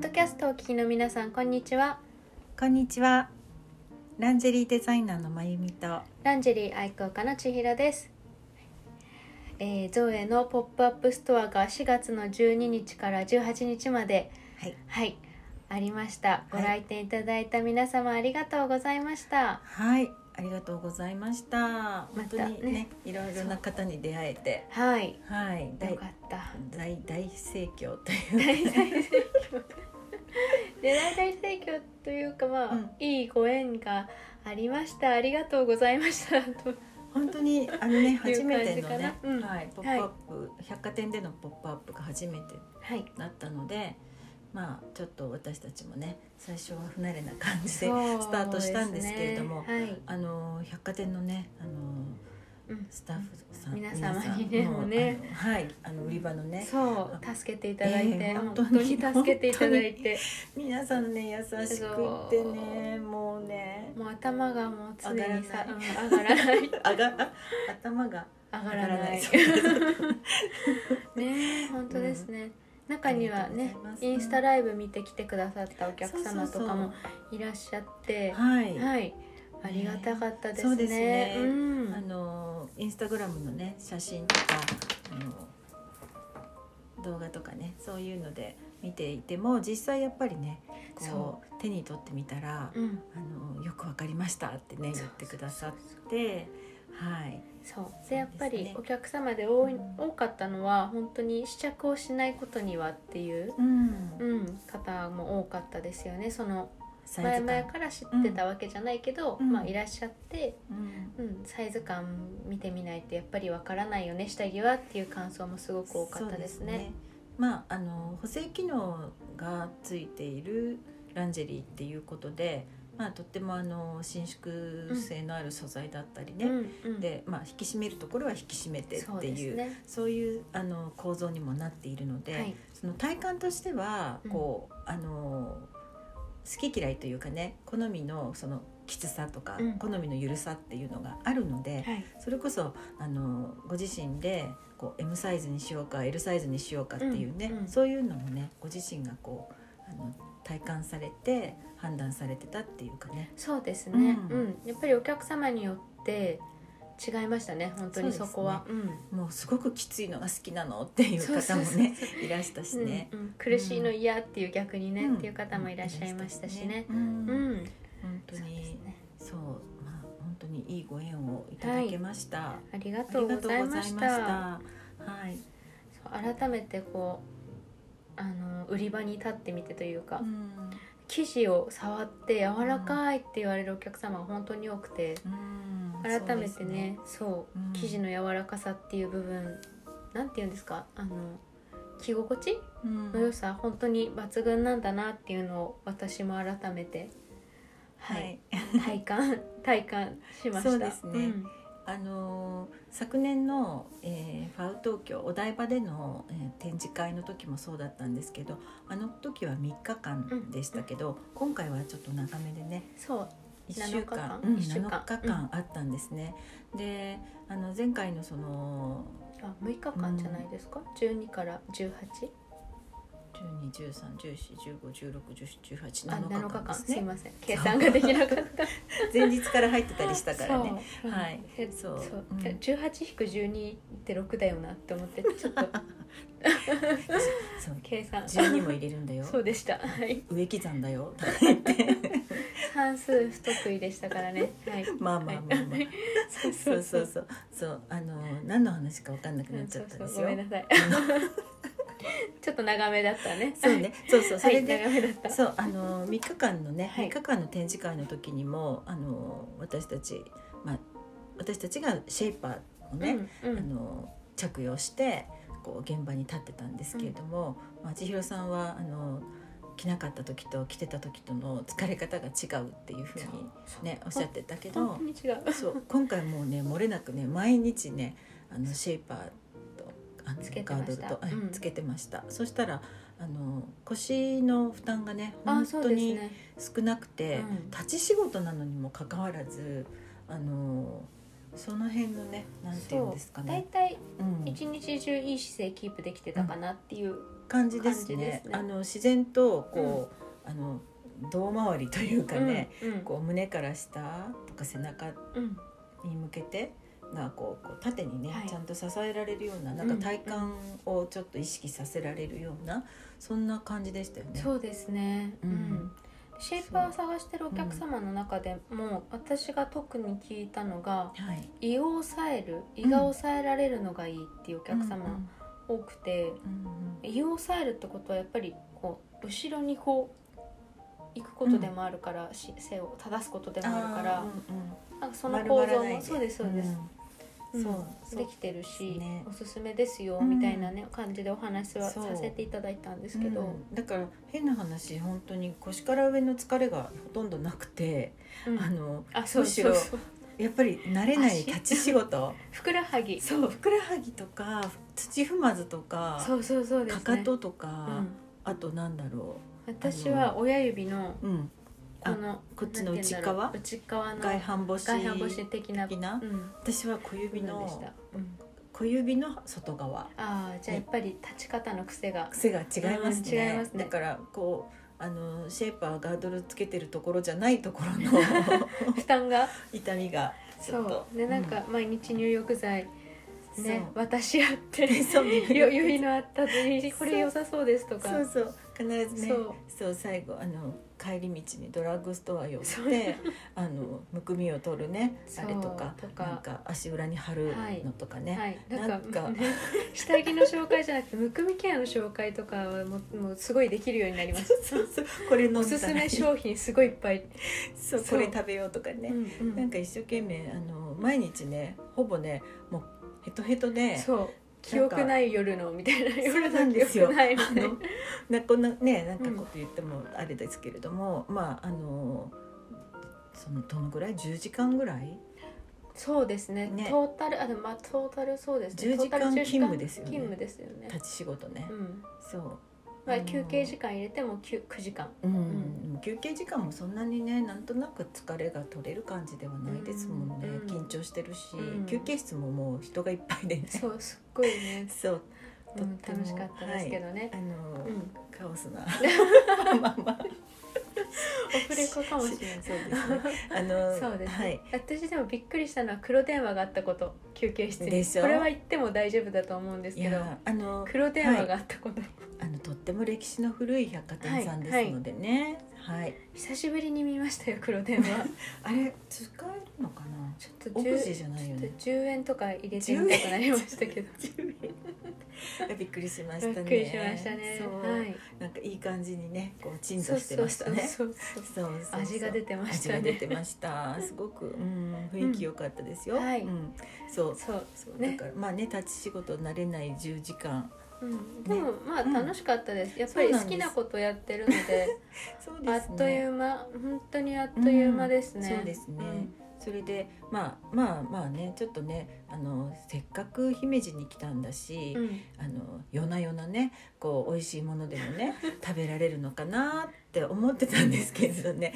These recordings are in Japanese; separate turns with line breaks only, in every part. ドキャストをお聞きの皆さんこんにちは
こんにちは。ランジェリーデザイナーのまゆみと。
ランジェリー愛好家の千尋です、えー、ゾエのポップアップストアが4月の12日から18日まで
はい。
はいありましたご来店いただいた皆様ありがとうございました、
はい。ありがとうございました。本当にね、
ね
いろいろな方に出会えて、
はい
はい。
よ
大
かった
大大盛況と
大
いう。
大盛況で大大盛況というかまあ、
うん
いいご縁がありましたありがとうございましたと
本当にあのね
っていう
初めての
感じ
ね
か、なうん
はい。ポップアップ、百貨店でのポップアップが初めて
はい
だったので。まあ、ちょっと私たちもね最初は不慣れな感じで
ス
スタートしたんですけれども
はい、
あの百貨店のねあの
うん
スタッフさん
皆様にね
皆さん
もうね
あのはいあの売り場のね
そう助けていただいて、
ええ
本
本
当
当
に
に
助けていただいて
皆さんね優しくってねもうね
もう頭がもう常にさ上がらない
あが頭が
上 がらない ねえ本当ですね、中には
ありが
ね
とうございます
インスタライブ見てきてくださったお客様とか
そう
もいらっしゃって
そうそうはい、
はいありがたかったですね
そうですね
うん
あのインスタグラムのね写真とかあの動画とかねそういうので見ていても実際やっぱりねこ
そう
手に取ってみたら、
うん
あのよくわかりましたってね言ってくださってはい
そうでやっぱ
そうで
り
すね
お客様で多い
うん
多かったのは本当に試着をしないことにはっていう、
うん
うん、方も多かったですよねその
サ
前
イズ
々
感、
から知ってたわけじゃないけど、
うん
まあ、いらっしゃって、
うん
うん、サイズ感見てみないとやっぱりわからないよね下着はっていう感想もすごく多かったです
そう
ね。
まああの補正機能がついているランジェリーっていうことで、まあとってもあの伸縮性のある素材だったり
う
ね、
んうん
でまあ引き締めるところは引き締めてっていう
そ
そうう
ですね、
いうあの構造にもなっているので、
はい、
その体感としてはこう、あの好き嫌いというかね好みのそのきつさとか、
うん
好みの緩さっていうのがあるので、
はい、
それこそあのご自身でこう M サイズにしようか L サイズにしようかっていうね、
うんうん
そういうのもねご自身がこうあの体感されて判断されてたっていうかね
そうですね、う
うん
んやっぱりお客様によって違いましたね本当にそこは。うん
もうすごくきついのが好きなのっていう方も
そうそう
ねいらしたしね。
うんうん、苦しいの
うん
嫌っていう逆にね、
うん
っていう方もいらっしゃいましたしね。
うん
うん、
本当
そうです
に
ね。
そうまあ本当にいいご縁をいただけました。
ありが
あ
とうございまし
り
た。
がとうございましたはい。
そう改めてこうあの売り場に立ってみてというか、
うん
生地を触って柔らかいって言われるお客様が本当に多くて、
うん
改め
そ
て
うです
ね、そう
うん
生地の柔らかさっていう部分なんて言うんですかあの着心地
うん
の良さ、本当に抜群なんだなっていうのを私も改めて
は
はい
い。
体感 体感しました
そうですね
ん
あのー昨年の、えーファウ東京お台場での、えー展示会の時もそうだったんですけどあの時は3日間でしたけど、今回はちょっと長めでね
そう
1週
7日間
間うん
一週間
,7 日間あったんですね。であの前回のその
あ6日間じゃないですか、12から18
12131415161718
あ
7
7日間
日間です
すい
ね
ません計算ができなかった
前日から入ってたりしたからね。
そう
はい
えそ
そうううん
18引く12って6だよなって思ってちょっと
そう
計算
12も入れるんだよ
そうでしたはい
上刻んだよ
算数不得意でしたからねはい
まあまあまあまあ
はい
そうそうそうそうそうあの何の話か分かんなくなっちゃったんです
ご
よ
めん。なさい ちょっと長めだったね
そうね、そうそう、そ
はい
れで、
長めだった
そうあの三日間のね、
はい
三日間の展示会の時にもあの私たちまあ私たちがシェイパーをね、
うんう
あ
ん
の着用してこう現場に立ってたんですけれども、まあ千尋さんはあの着なかった時と着てた時との疲れ方が違うっていうふうにねおっしゃってたけど
本当。に違う
そう今回もうね漏れなくね毎日ねあのシェイパーとあの
つけて
ガ
ま
ード
し
ル
た
と、はい
うん
つけてましたそしたらあの腰の負担がね
あ
本
そう
当
です
に
ね
少なくて、
うん
立ち仕事なのにもかかわらずあのその辺のねなんていうんですか
だい
ね、
たい
うん、
一日中いい姿勢キープできてたかなっていう
感じですね
感じですね
あの自然とこう、あの胴回りというかね、
うん、
こう胸から下とか背中
うん、うん
に向けてがこうこう縦にね、
はい
ちゃんと支えられるようななん
う
か
ん
体幹をちょっと意識させられるような、そんな感じでしたよね。
そうですね、う
うんん
シェイパーを探してるお客様の中でも、私が特に聞いたのが
はい、
胃を抑える胃が抑えられるのがいいっていうお客様多くて、
うんうん
胃を抑えるってことはやっぱりこう後ろにこう行くことでもあるから、し背を正すことでもあるから
あーうんうん
なんかその
丸
構
ま
造
らない
も
で
そうですそうです、
うん
うん
そうそう
できてるし、
ですね
おすすめですよ
うん
みたいなね、感じでお話は
そう
させていただいたんですけ
う
ど、
んだから変な話本当に腰から上の疲れがほとんどなくて、
うん
あの
あそう
むし
そう
ろ
そう
やっぱり慣れない
足
立ち 仕事
ふくらはぎ
そうふくらはぎとか土踏まずとか、
そうそうそうです
か
ね
かとと
う
か、
ん、
あとなんだろ
私は親指の
う、うん、
こ
あ
の
こっち
な
の
んて言うんだろう内側の
外反母趾
外反母趾的な
的な
うん、
私は小指
部分でし
の
た、うん
小指の外側
ああじゃあやっぱり立ち方の癖が、
癖が違いますね,、
うん違いますね
だからこうあのシェーパーガードルつけてるところじゃないところ の
負担が
痛みが ち
そ
ょっと
うでなんか毎日入浴剤
うん
ね渡し合って
そう
よ余裕のあった時これ良さそうですとか
そうそう必ずね
そ
そうう最後あの帰り道にドラッグストア寄っ
そう
てあのむくみを取るね
そう
あれとか
とか
なんか足裏に貼る
はい
のとかね、
はい、なんか
なんか
ね、下着の紹介じゃなくてむくみケアの紹介とかはもうもうすごいできるようになりました
そうそうこれ飲んだ
お
ら
すすめ商品すごいいっぱい、
そう
そう
これ食べようとかね、
うんうん
なんか一生懸命あの毎日ねほぼねもうヘトヘトで
そう 記憶ない夜のみたいな夜
そうな
の
ん
記
ですよ
憶ないみ
あ
たいな
のなこんなねなんかこと言ってもあれですけれども、まああのそのどのぐらい10時間ぐらい
そうですね
ね
トータルあでもまあトータルそうですね
10時
トータ
間
ル10
勤務ですよね
勤務ですよね
立ち仕事ね、
うん
そう、
ま
あ
あ、
の
休憩時間入れても 9, 9時間
うん休憩時間もそんなにねなんとなく疲れが取れる感じではないですもんね、
うん
緊張してるし、
うん
休憩室ももう人がいっぱいでね
そうすっごいね
そう
う
と
ん
っても
楽しかったですけどね、
あの、
うん
カオス なまあまあ
オフレコかもしれない
そうですね。 あの
そうですね、
はい。
私でもびっくりしたのは黒電話があったこと休憩室に
でしょ
これは言っても大丈夫だと思うんです
い
けど
やあの
黒電話があったこと、
あのとっても歴史の古い百貨店さんですのでね。はい。
久しぶりに見ましたよ黒電話
あれ使えるのかな。
ちょっと
オブジェ
10
じゃないよ
ちょっ
ね。
と10円とか入れてみたくなりましたけど
びっくりしました
び
ね。
っくりしましたね
そう、
はい
なんかいい感じにね、こう鎮
そう
座してましたね。
そうそうそう
そうそうそう
味が出てましたね
味が出てました。すごく、うん、雰囲気良かったですよ。
うんはい
うんそう。
そう
そう
ね
だから、まあね立ち仕事慣れない10時間
うん、でもまあ
うん
楽しかったです、やっぱり
そうな
好
んです
きなことやってるの で
そう
あっという間本当にあっという間ですね、
うんそうですねそれでまあまあまあねちょっとねあのせっかく姫路に来たんだし、
うん、
あの夜な夜なねこう美味しいものでもね 食べられるのかなって思ってたんですけれどね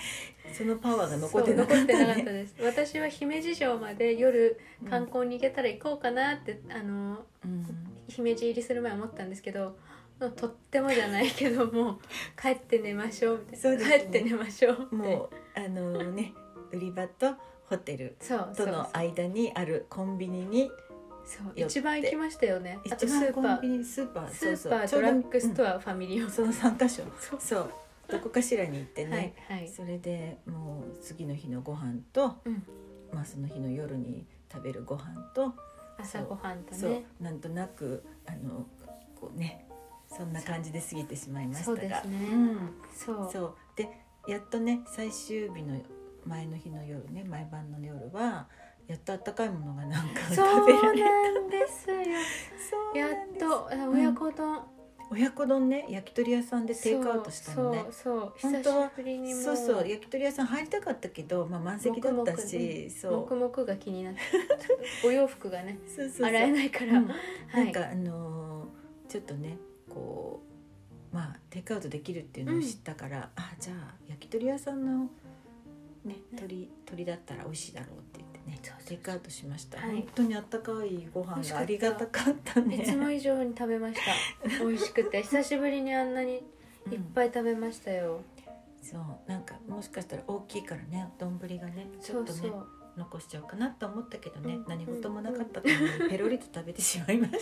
そのパワーが残ってなか
そう
った
残ってなかった
ね。
です私は姫路城まで夜
うん
観光に行けたら行こうかなって、あの
うん
姫路入りする前思ったんですけどとってもじゃないけどもう帰って寝ましょうみた
そ
いうな、
ですね
帰って寝ましょうって
もうあのね売り場とホテル
そうそ
と
う
の間にあるコンビニに
そう
寄って
一番行きましたよねあと
一
ス
番
ー
コ
パ
ンビ
ー
ニスーパー
スー
そ
パ
うそ
ード
うちょうど
ラッグストア、ファミリーを
その3か所
そう
そうどこかしらに行ってね、
はいはい
それでもう次の日のご飯と、
うん
まあ、その日の夜に食べるご飯と、
朝ごはんと
そう
ね
なんとなくあのこうねそんな感じで過ぎてしまいました
そう
が
ですねそう
うん、そうでやっとね最終日の前の日の夜ね毎晩の夜はやっとあったかいものがなんか食
そう
べられ
なんです よ
そう
やっ
なんです
とあ親子丼、
親子丼ね焼き鳥屋さんでテイクアウトしたのね
そうそうそう
本
久
当
し
は
ぶりにも
そうそう焼き鳥屋さん入りたかったけど、まあ、満席だっ
黙
たし、
々ね
そう
黙々が気に なってお洋服がね
そうそうそう
洗えないか
う
ら、
ん
はい
なんかあのーちょっとねこうまあテイクアウトできるっていうのを知ったから、あじゃあ焼き鳥屋さんのね鳥鳥だったら美味しいだろうって言ってね
そうそうそう
テイクアウトしました、
はい
本当にあったかいご
美
飯
味しかっ
が
た
ありがたかったね
いつも以上に食べました 美味しくて久しぶりにあんなに
うん
いっぱい食べましたよ、
そうなんかもしかしたら大きいからね丼がねち
そ
ょっ
う
とね
そう
残しちゃうかなと思ったけどね、
うん
何事もなかったと思 うペロリと食べてしまいまし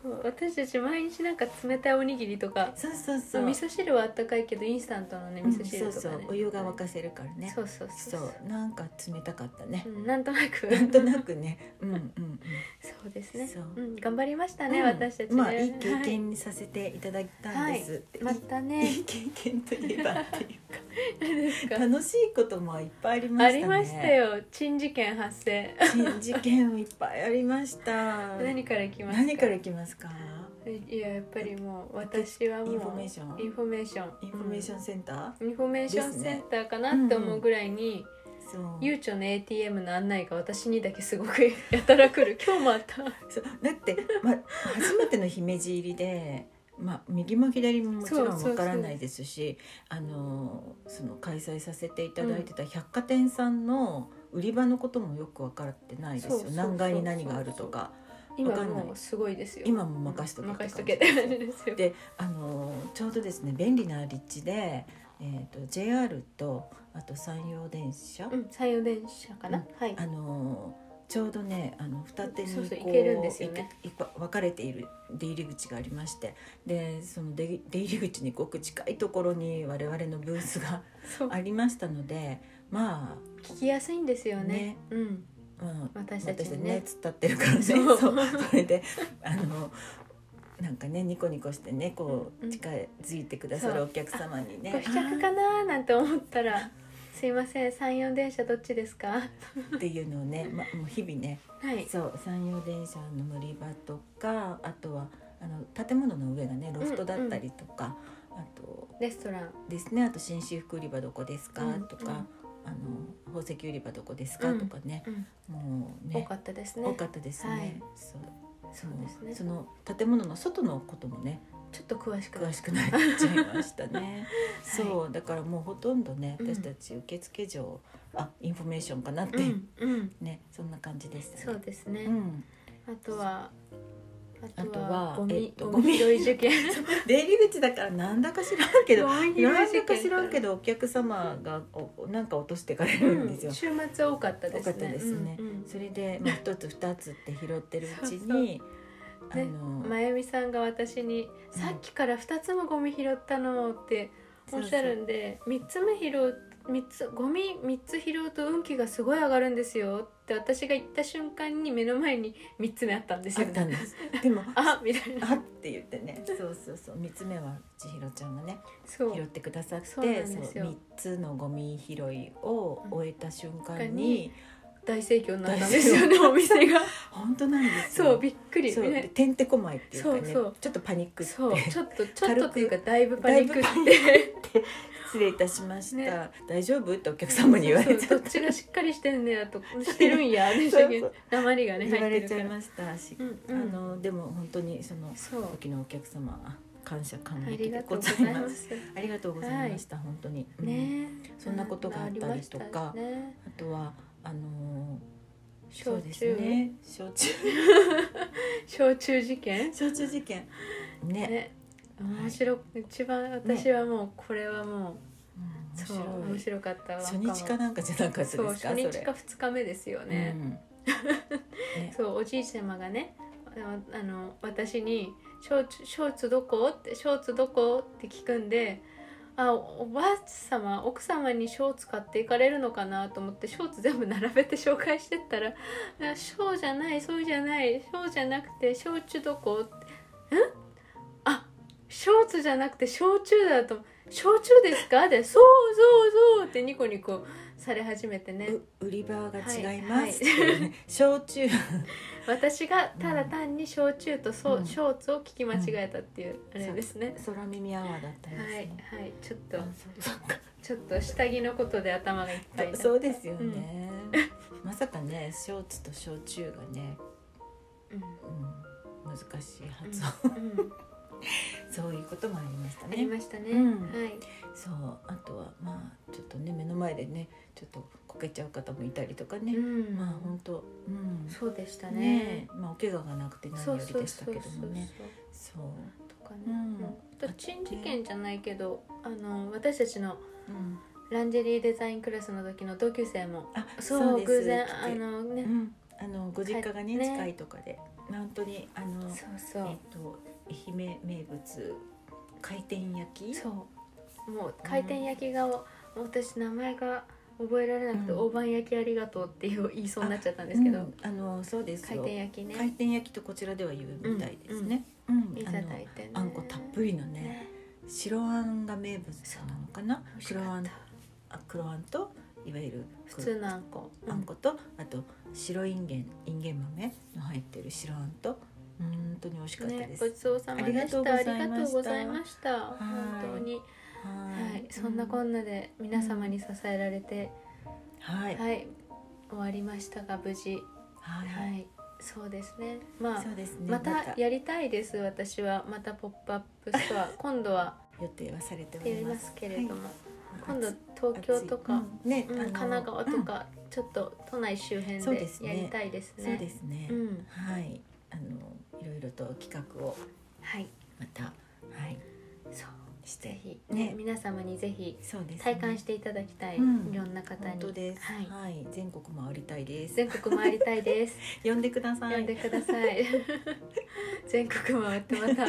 そう私たち毎日なんか冷たいおにぎりとか
たそうそうそ
そう
う
味噌汁はあったかいけどインスタントのね
うん
味噌汁とか
そう
ね、
そうお湯が沸かせるからね、
そうそうそう
そ
そうう
なんか冷たかったね、
うん、なんとなく
なんとなくねうんうんうん
そうですね
そう
うん、頑張りましたね、
うん
私たちね、
まあいい経
は
験にさせていただいたんです、
い、またね
いい経験といえばっていうか
何です か
楽しいこともいっぱいありま
あ
したね
りましたよ珍事件発生
珍事件もいっぱいありました
何からいきますか
何からいきますか
いややっぱりもう私はもう
インフォメーション
インフォメーション
インフォメーションセンター、
うんインフォメーションセンターかなって思うぐらいに、
そう
ゆうちょの ATM の案内が私にだけすごくやたら来る今日もあった
そうだって、ま、初めての姫路入りで、まあ、右も左ももちろ
そう
ん
そうそう
わからないですしあのその開催させていただいてた百貨店さんの売り場のこともよく分かってないです
そう
よ
そうそう
何階に何があるとかわ
今
かんない
もうすごいですよ
今も任しとけって
任
感
し
じ
とけって感じですよ
であのちょうどですね便利な立地で、えー、と JR とあと山陽電車、
うん山陽電車かな、
うん
はい
あのちょうどねあの二手に
そうそう
こ
行けるんですよね
いけいこ分かれている出入り口がありましてでその出入出入り口にごく近いところに我々のブースが
そう
ありましたのでま
聞きやすいんですよね
ね
うん
あ、うん、
私たち
私たち
に
ね
ね
突っ立ってるからね
そ
そううそれであのなんかねニコニコしてねこ
う
うん近づいてくださ
そう
るお客様にね
ご試着かなーなんて思った ら「すいません山陽電車どっちですか?」
あーっていうのをね、ま、もう日々ね
はい
そう山陽電車の乗り場とかあとはあの建物の上がねロフトだったりとか、あと
レストラン
ですねあと紳士服売り場どこですか、
うん
とか、あの宝石売り場どこですか、
うん
とかね
うん
もう
多
ね
かったです
多
ね
かったですね、
はい
そう
そうですね
その建物の外のこともね
ちょっと詳しく
詳しくなっちゃいました ね、そうだからもうほとんどね
うん
私たち受付嬢、あインフォメーションかなって、
うんうん
ねそんな感じでしたね
そうですね、
うん
あとはあ
あ
と
と
は
は
ゴミ、
えっと
ゴミ拾い事件
出入り口だからなんだか知らんけど
ゴミ拾い
なん
事
だ
件
か知らんけどお客様がおなんか落としてかれるんです
う
よ
ん、。週末多かったですね
多かったですね
うんうん
それで、まあ、一つ二つって拾ってるうち
そうそう
にあ
ね
の、
まゆみさんが私に「
うん
さっきから2つもゴミ拾ったの」っておっしゃるんで3つ目拾う三つゴミ3つ拾うと運気がすごい上がるんですよって私が言った瞬間に目の前に3つ目あったんです
あ
よ、
ったんです。でも
あみたいな
あって言ってねそうそうそう三つ目は千尋ちゃんがね
そう
拾ってくださって
そうなんですよ
三つのゴミ拾いを終えた瞬間
う
に、
大盛況になったんですよね
大盛況
お店が
本当なんですよ。
そうびっくり
そう
ね
てんてこまいっていうかね
そうそう
ちょっとパニックって
そうちょ っとちょっ
軽
と
く
っていうかだいぶパニックって
だ失礼いたしました、
ね
大丈夫ってお客様に言われち
そ
ゃ
う
っ
ど
た
っちがしっかりしてんねやとしてるんやでし
そう
た
そう
けど鉛がね
言わ
入っ
れ
てる
ち
か
ゃい
ら
ましたし、
うんうん
あのでも本当にその
そう
時のお客様あ感謝感
あ
激
りが
で
とうご
ござ
ざい
いま
ますす
ありがとうございました、本当に、うん
ね
そんなことがあったりとか
ありましたね
あとはあのそう
焼
です
酎、
ね焼酎
焼酎事件
焼酎事件ね
ね
はい
面白、一番私はもうこれはも
うん
う、そう面
面白い
白かったわ
初日かなんかじゃなかった
そう
です
初
かそれ
日か二日目ですよね、
うんね
そうおじいちゃまがねああの私にショーツ「ショーツどこ?」って「ショーツどこ?」って聞くんであおおばあ様奥様にショーツ買っていかれるのかなと思ってショーツ全部並べて紹介してったら「あショーじゃないそうじゃないショーじゃなくて焼酎どこ?」って「んあショーツじゃなくて焼酎だと焼酎ですか?」で「そうそうそう」ってニコニコされ始めてね
う売り場が違い
はい
ますっていうね、焼酎
私がただ単に焼酎とそう、
うん
ショーツを聞き間違えたっていうあ
ん
れですね、
空耳アワーだったんです
はいはい
ね。
ちょっと
あそうそう
ちょっと下着のことで頭がいっぱいにな
あ
る
そうですよね。まさかね、ショーツと焼酎がね、
うん
うん、難しい発音。
うん
そういうこともありました
あり
ね。
ましたね、
うん
はい
そうあとはまあちょっとね目の前でねちょっとこけちゃう方もいたりとかね、
うん
まあ本当うん
そうでした
ね
ね
まあお怪我がなくて何
そ
よ
う
り
そう
でし
そ
た
う
け
そう
どもねそう
とかね、
うん
あと珍事件じゃないけどあの私たちの
うん
ランジェリーデザインクラスの時の同級生も
あ
そう
です
偶然
来て
あの
う
ね、
んあのご実家がね
帰ってね
近いとかで本当にあの
そうそ
えっ
う
と愛媛名物回転焼き
そうもう回転焼きが、もう私名前が覚えられなくて、
うん
大判焼きありがとうっていう言いそうになっちゃったんですけど、
うんあのそうです
回
よ
転焼きね
回転焼きとこちらでは言うみたいですね。うん
い
あ
ただ
の
いてね
あんこたっぷりのね
ね
白あんが名物なのかな
美。味しか
黒
っ
あん
た
あ黒あんといわゆる
普通のあんこ、
あんことあと白いんげんいんげん豆の入ってる白あんとうん本当に美味しかった
ね
で、す。
ごちそうさまでしたあ
あ
り
り
が
が
とう
とう
ご
ご
ざ
ざ
い
い
ま
ま
した
はい
本当に
は
はい、そんなこ
うん
なで皆様に支えられて、
はい
はい終わりましたが無事
はい
は
はい
いそうですねまあ
そうですね。
またやりたいです私はまたポップアップスト ア今度は
予定はされてお
や
り
り
ま
ますすけれども、
はい
今度東京とか、
暑いうんね
うん
あの
神奈川とか、ちょっと都内周辺
そう
で
ですね
やりたいです
うんそう
ね
で。すね。
うん
はいあのいろいろと企画を
はい、
またはい
そう
して
ぜひね
ね
皆様にぜひ
そうですね、
体感していただきたい、
うん
いろんな方に
本当です
はい、
はい、全国回りたいです
全国回りたいです。
呼んでください
呼んでくださ い。全国回ってまた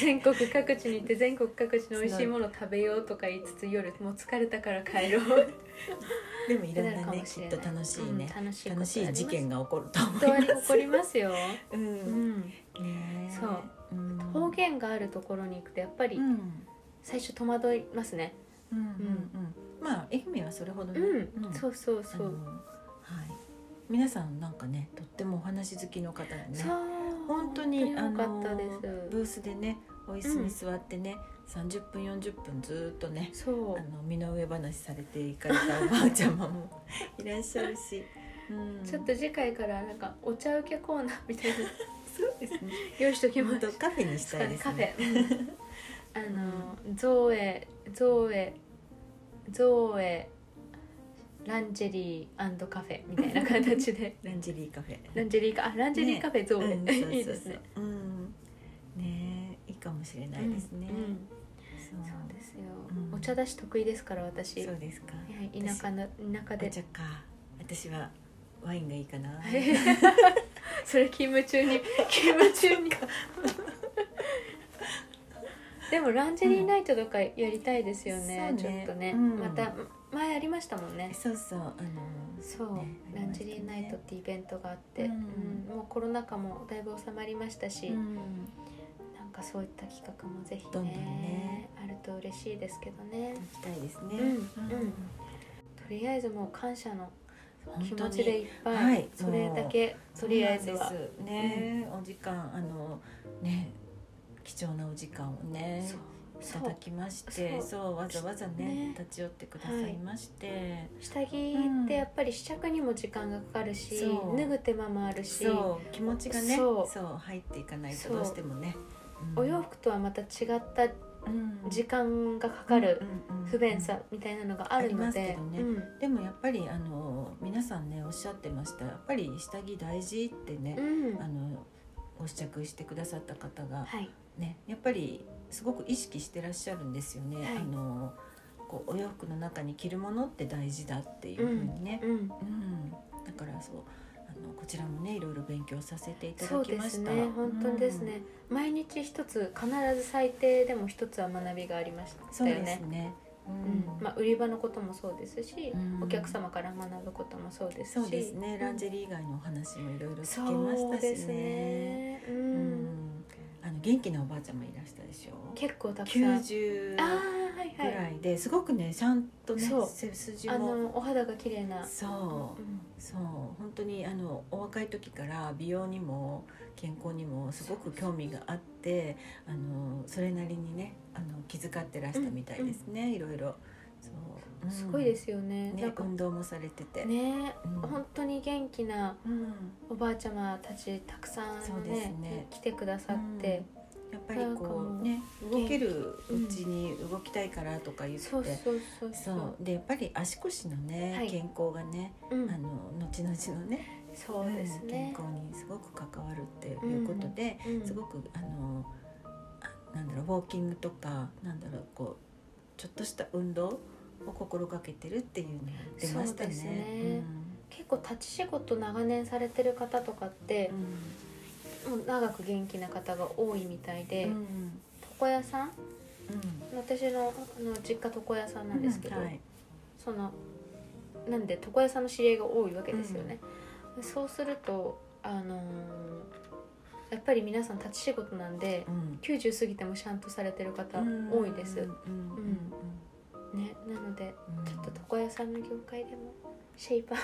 全国各地に行って全国各地の美味しいもの食べようとか言いつつ夜もう疲れたから帰ろう。
でもいろん
なる
な
か
ね
もし
き
れ
っ
な
と
い
楽しいね、
うん楽しいこと
楽しい事件が起こると思
本当
い
に
ま
起
す
こりますよ。
う、
うんん。
ねえ
そう、
うん、
方言があるところに行くとやっぱり
うん
最初戸惑いますね。
うんうんうんまあ愛媛はそれほどね、
うん。
うん
そうそう
あ
そ
の
う。
はい皆さんなんかねとってもお話好きの方でね
そう。
本当に
良かった
あ
で
のブースでねお椅子
うん
に座ってね、30分40分ずーっとね
す。そ
あ
う。
の身の上話されていかれたおばあちゃまもいらっしゃるし、うん、
ちょっと次回からなんかお茶受けコーナーみたいなの
そうですね
用意しときま
本
す
当。カフェにしたいです
カフ
ね
ェ あの造影造影造影ランジェリーカフェみたいな形で
ランジェリーカフェ
ランジェリーカあランジェリーカフェ造
う
影、
んそうそうそう
いいですね
うんねえいいかもしれないですね、
うんうん
そう
そうですよ、
うん
お茶出し得意ですから私
そうですか
はい田舎の田舎
お
で
茶か私はワインがいいかな
それ勤務中 に勤務中に でもランジェリーナイトとかやりたいですよね、ち
そう
ょ
ね
っとね、
うん
また前ありましたもんね
そうそうあの
そう、
ね
ランジェリーナイトってイベントがあって、
うん
うんもうコロナ禍もだいぶ収まりましたし、
うん
なんかそういった企画もぜひね
どんどんね
あると嬉しいですけどね
行きたいですね
うんうんとりあえずもう感謝の
本
気
当
持
に
ちでいっぱい、
はい
それだけとりあえず
そうな
は
んですね、お時間あのね貴重なお時間をね
そう
い
そ
ただ
う
きまして
そ
そうわざわざね
ね
立ち寄ってくださいまして、
下着ってやっぱり試着にも時間がかかるし、
そう
脱ぐ手間もあるし
そう気持ちがね
そ
そうう入っていかないと
そう
どうしてもね、うん
お洋服とはまた違った
うん
時間がかかる
うんうんうん
不便さみたいなのがあるの
あ
で
りますけどね
うん
でもやっぱりあの皆さんねおっしゃってましたやっぱり下着大事ってね、
うん
あのご試着してくださった方が
はい、
ねやっぱりすごく意識してらっしゃるんですよね、
はい
あのこうお洋服の中に着るものって大事だっていうふうにね、
うん、
うんだからそうあのこちらもねいろいろ勉強させていた
そ
だ
う
き
で
ますした
ね本当にです、ね、毎日一つ必ず最低でも一つは学びがありまし
うんそ
た
う
よ
です
ね
ね、う
うんんまあ、売り場のこともそうですし、
うん
お客様から学ぶこともそうですし
そうですねランジェ
リ
リー以外のお話もいろいろ
ー
聞けましたしね
う
うんんあの元気なおばあちゃんもいらしたでしょ
結構たくさん
90
ああはい
ぐ
はい
らいですごくねちゃんとね
そう
背筋
あ
も
のお肌が綺麗な
そうそう本当にあのお若い時から美容にも健康にもすごく興味があってあのそれなりにねあの気遣ってらしたみたいですね、いろいろそう、
うんすごいですすよねな
ね
んか
運動もされてて、
ね、
うん
本当に元気な
うん
おばあちゃまたちたくさん
そう
ね
ですね
来てくださって、
うんやっぱりこうねけるうちに動きたいからとか言って、
そうそうそうそ
そううでやっぱり足腰のね、
はい
健康がね、
うん
あの後々のね
そうです
健
ね、
康にすごく関わるっていうことで、
うん
すごくあのあなんだろうウォーキングとかなんだろうこうちょっとした運動を心がけてるっていうのが出まし
そ
た
う
ね。
ですね結構立ち仕事長年されてる方とかって
う、ん
もう長く元気な方が多いみたいで、
うん
床屋さん
うん
私のあの実家床屋さんなんですけど、
うんはい
そのなんで床屋さんの知り合いが多いわけですよね、そうするとあのーやっぱり皆さん立ち仕事なんで
うん
90過ぎてもシャンとされてる方多いです、
うんうん
ねなので
うん
ちょっと床屋さんの業界でもシェイパ ー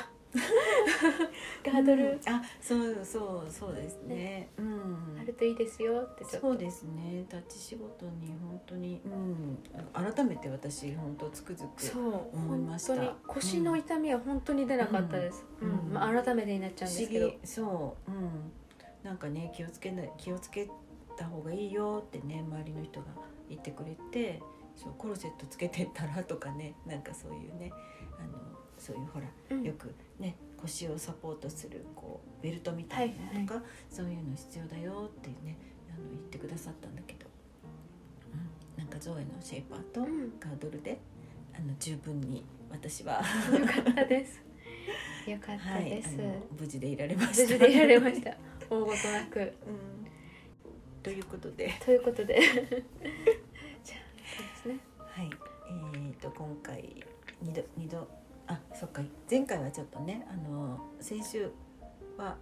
ガードル
うんあそうそうそうですねうん
あるといいですよってちょっと
そうですね立ち仕事に本当に、うん、改めて私本当つくづく
そう
思いました
本当に腰の痛みは本当に出なかったです、う
うんん
まあ、改めてになっちゃ
不
うんで
思
すけど
議そう、うん、なんかね気をつけない気をつけた方がいいよってね周りの人が言ってくれてそうコルセットつけてたらとかねなんかそういうねあのそういうほら
うん
よくね腰をサポートするこうベルトみたいなのとか、そういうの必要だよってねあの言ってくださったんだけど、うん、なんかゾエのシェイパーと
うん
ガードルであの十分に私は
よかった です。よかった
はい
です。
あの無事でいられました。
無事でいられま した。大ごとなく。
うんということで、
ということで。 じゃあ、そうですね。
はいえー、と今回二度二度あそっか前回はちょっとねあの先週は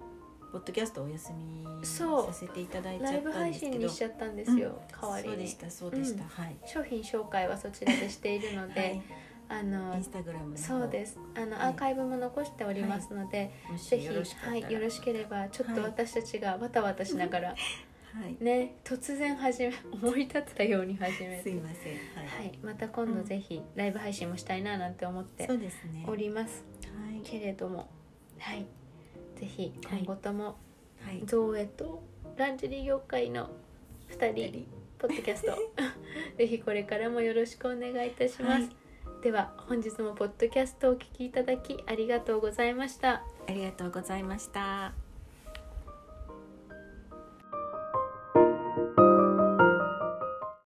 ポッドキャストお休み
そう
させていただいち
ラ
ゃ
イ
っ
ブ
たん
配
ですけ
信
ど
にしちゃったんですよ。
うん
代わり
そうで
に
し。たそうでした、
う
はい、
商品紹介はそちらでしているので、あ
はい、イ
の
ンス。タグラムの方
そうです。あの、
はい
アーカイブも残しておりますので、
もし
ぜひ
よろしかった
は
ら
い、よろしければ、ちょっと
はい
私たちがわたわたしな がら。
はい、
ね、突然始め、思い立ったように始め
すい
て。
ませんはい、
はい、また今度ぜひライブ配信もしたいななんて思って
そうですね
おります
はい
けれどもはいぜひ
はい
今後とも
はい
造営とランジェリー業界の2
二
人
人
ポッドキャス トぜひこれからもよろしくお願いいたします、
はい
では本日もポッドキャストをお聞きいただきありがとうございました
ありがとうございました。